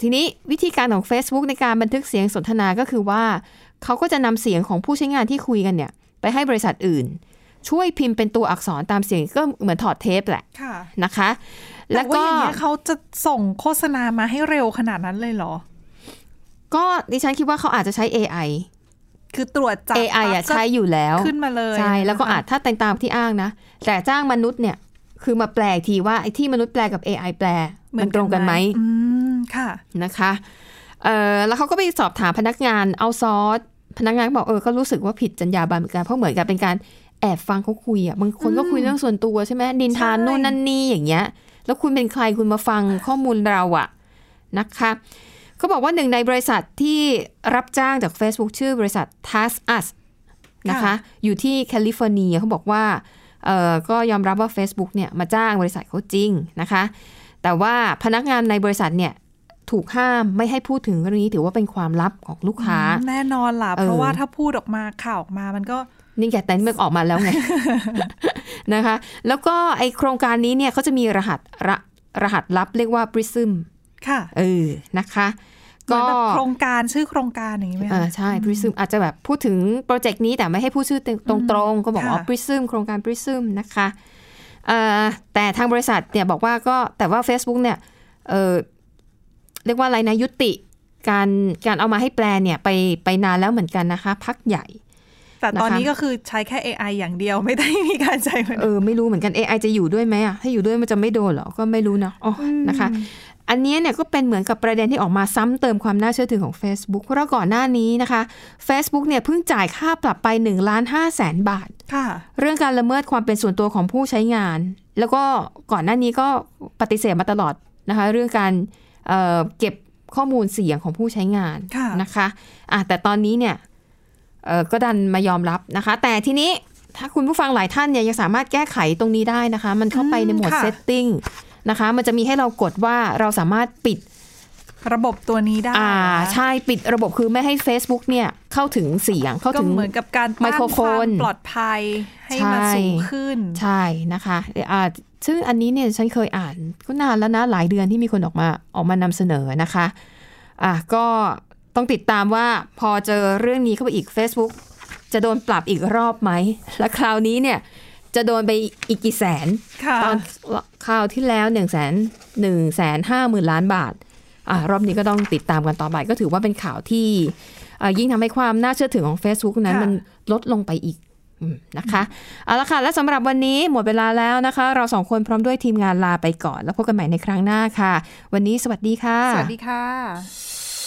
Speaker 2: ทีนี้วิธีการของ Facebook ในการบันทึกเสียงสนทนาก็คือว่า เขาก็จะนำเสียงของผู้ใช้งานที่คุยกันเนี่ย ไปให้บริษัทอื่น ช่วยพิมพ์เป็นตัวอักษรตามเสียงก็เหมือนถอดเทปแหละ
Speaker 3: ค่ะ
Speaker 2: นะคะ
Speaker 3: แล้วก็อย่างเงี้ยเขาจะส่งโฆษณามาให้เร็วขนาดนั้นเลยเหรอ
Speaker 2: ก็ดิฉันคิดว่าเขาอาจจะใช้ AI
Speaker 3: คือตรวจจับ
Speaker 2: AI อ่ะใช้อยู่แล้ว
Speaker 3: ขึ้นมาเลย
Speaker 2: ใช่ แล้วก็
Speaker 3: นะคะ
Speaker 2: อาจถ้าแต่งตามที่อ้างนะ แต่จ้างมนุษย์เนี่ย คือมาแปลอีกทีว่าไอ้ที่มนุษย์แปลกับ AI แปล มันตรงกันไหม
Speaker 3: อืมค่ะ
Speaker 2: นะคะเออแล้วเขาก็ไปสอบถามพนักงานเอาซอสพนักงานก็บอกเออก็รู้สึกว่าผิดจรรยาบรรณเหมือนกันเพราะเหมือนกับเป็นการแอบฟังเขาคุยอ่ะบางคนก็คุยเรื่องส่วนตัวใช่ไหมดินทาน
Speaker 3: ใช่
Speaker 2: นู่นนั่นนี่อย่างเงี้ย แล้วคุณเป็นใครคุณมาฟังข้อมูลเราอ่ะ นะคะเขาบอกว่าหนึ่งในบริษัทที่รับจ้างจาก Facebook ชื่อบริษัท Task Us นะคะ
Speaker 3: ค่ะ
Speaker 2: อยู่ที่แคลิฟอร์เนียเขาบอกว่าเออก็ยอมรับว่า Facebook เนี่ยมาจ้างบริษัทเขาจริงนะคะ แต่ว่าพนักงานในบริษัทเนี่ยถูกห้ามไม่ให้พูดถึงเรื่องนี้ถือว่าเป็นความลับของลูกค้า
Speaker 3: แน่นอนล่ะ
Speaker 2: เออ
Speaker 3: เพราะว่าถ้าพูดออกมาข่าวออกมามันก็
Speaker 2: นี่แกแต่เมื่อออกมาแล้วไง นะคะ แล้วก็ไอโครงการนี้เนี่ยเขาจะมีรหัสระรหัสลับเรียกว่า Prism
Speaker 3: ค่ะ
Speaker 2: เออ นะคะ
Speaker 3: เหมือนแบบ
Speaker 2: ก็
Speaker 3: โครงการชื่อโครงการอย่างนี้ไหม
Speaker 2: อ่า
Speaker 3: คะ
Speaker 2: ใช่พริซึมอาจจะแบบพูดถึงโปรเจกต์นี้แต่ไม่ให้พูดชื่อตรงตรงๆก็บอกว่า
Speaker 3: ค่ะ
Speaker 2: พริซึมโครงการพริซึมนะคะเอ่อแต่ทางบริษัทเนี่ยบอกว่าก็แต่ว่า Facebook เนี่ยเอ่อเรียกว่าอะไรนะยุติ การการเอามาให้แปลเนี่ยไปไปนานแล้วเหมือนกันนะคะ พักใหญ่
Speaker 3: แต่ตอน
Speaker 2: นะคะ
Speaker 3: นี้ก็คือใช้แค่ AI อย่างเดียว ไม่ได้มีการใช้มัน
Speaker 2: เออไม่รู้เหมือนกัน AI จะอยู่ด้วยไหมอ่ะถ้าอยู่ด้วยมันจะไม่โดนเหรอก็ไม่รู้นะอ๋ออนะคะ อันเนี้ยเนี่ยก็เป็นเหมือนกับประเด็นที่ออกมาซ้ำเติมความน่าเชื่อถือของ Facebook เพราะว่าก่อนหน้านี้นะคะ Facebook เนี่ยเพิ่งจ่ายค่าปรับไป1ล้าน5แสนบาท
Speaker 3: ค่ะ
Speaker 2: เรื่องการละเมิดความเป็นส่วนตัวของผู้ใช้งาน แล้วก็ก่อนหน้านี้ก็ปฏิเสธมาตลอดนะคะ เรื่องการเอ่อเก็บข้อมูลเสียงของผู้ใช้งาน
Speaker 3: ค่ะ
Speaker 2: นะคะอ่ะแต่ตอนนี้เนี่ยเอ่อก็ดันมายอมรับนะคะ แต่ทีนี้ถ้าคุณผู้ฟังหลายท่านเนี่ยยังสามารถแก้ไขตรงนี้ได้นะคะ มันเข้าไปในหมวด setting นะคะ มันจะมีให้เรากดว่าเราสามารถปิด
Speaker 3: ระบบตัวนี้ได้
Speaker 2: อ่า
Speaker 3: นะคะ
Speaker 2: ใช่ปิดระบบคือไม่ให้ Facebook เนี่ยเข้าถึงเสียงเข้า
Speaker 3: ก็
Speaker 2: ถึง
Speaker 3: เหมือนกับการ
Speaker 2: ไม
Speaker 3: ตั้ง
Speaker 2: โครโฟ
Speaker 3: วาน ปลอดภัยให้มันสูงขึ้น
Speaker 2: ใช่นะคะเอ่ออ่าซึ่งอันนี้เนี่ยฉันเคยอ่านก็นานแล้วนะหลายเดือนที่มีคนออกมาออกมานำเสนอนะคะอ่ะก็ต้องติดตามว่าพอเจอเรื่องนี้เข้าไปอีก Facebook จะโดนปรับอีกรอบไหม และคราวนี้เนี่ยจะโดนไปอีกกี่แสน
Speaker 3: ค่ะ
Speaker 2: ตอนคราวที่แล้ว1นึ่งแสนหนึ่งแสนห้าหมื่นล้านบาทอ่ารอบนี้ก็ต้องติดตามกันต่อไปก็ถือว่าเป็นข่าวที่เอ่อยิ่งทำให้ความน่าเชื่อถือของ Facebook นั้น
Speaker 3: ค่ะ
Speaker 2: มันลดลงไปอีกอืมนะคะเอาละค่ะ และสำหรับวันนี้หมดเวลาแล้วนะคะ เราสองคนพร้อมด้วยทีมงานลาไปก่อน แล้วพบกันใหม่ในครั้งหน้าค่ะ วันนี้สวัสดีค่ะ
Speaker 3: สวัสดีค่ะ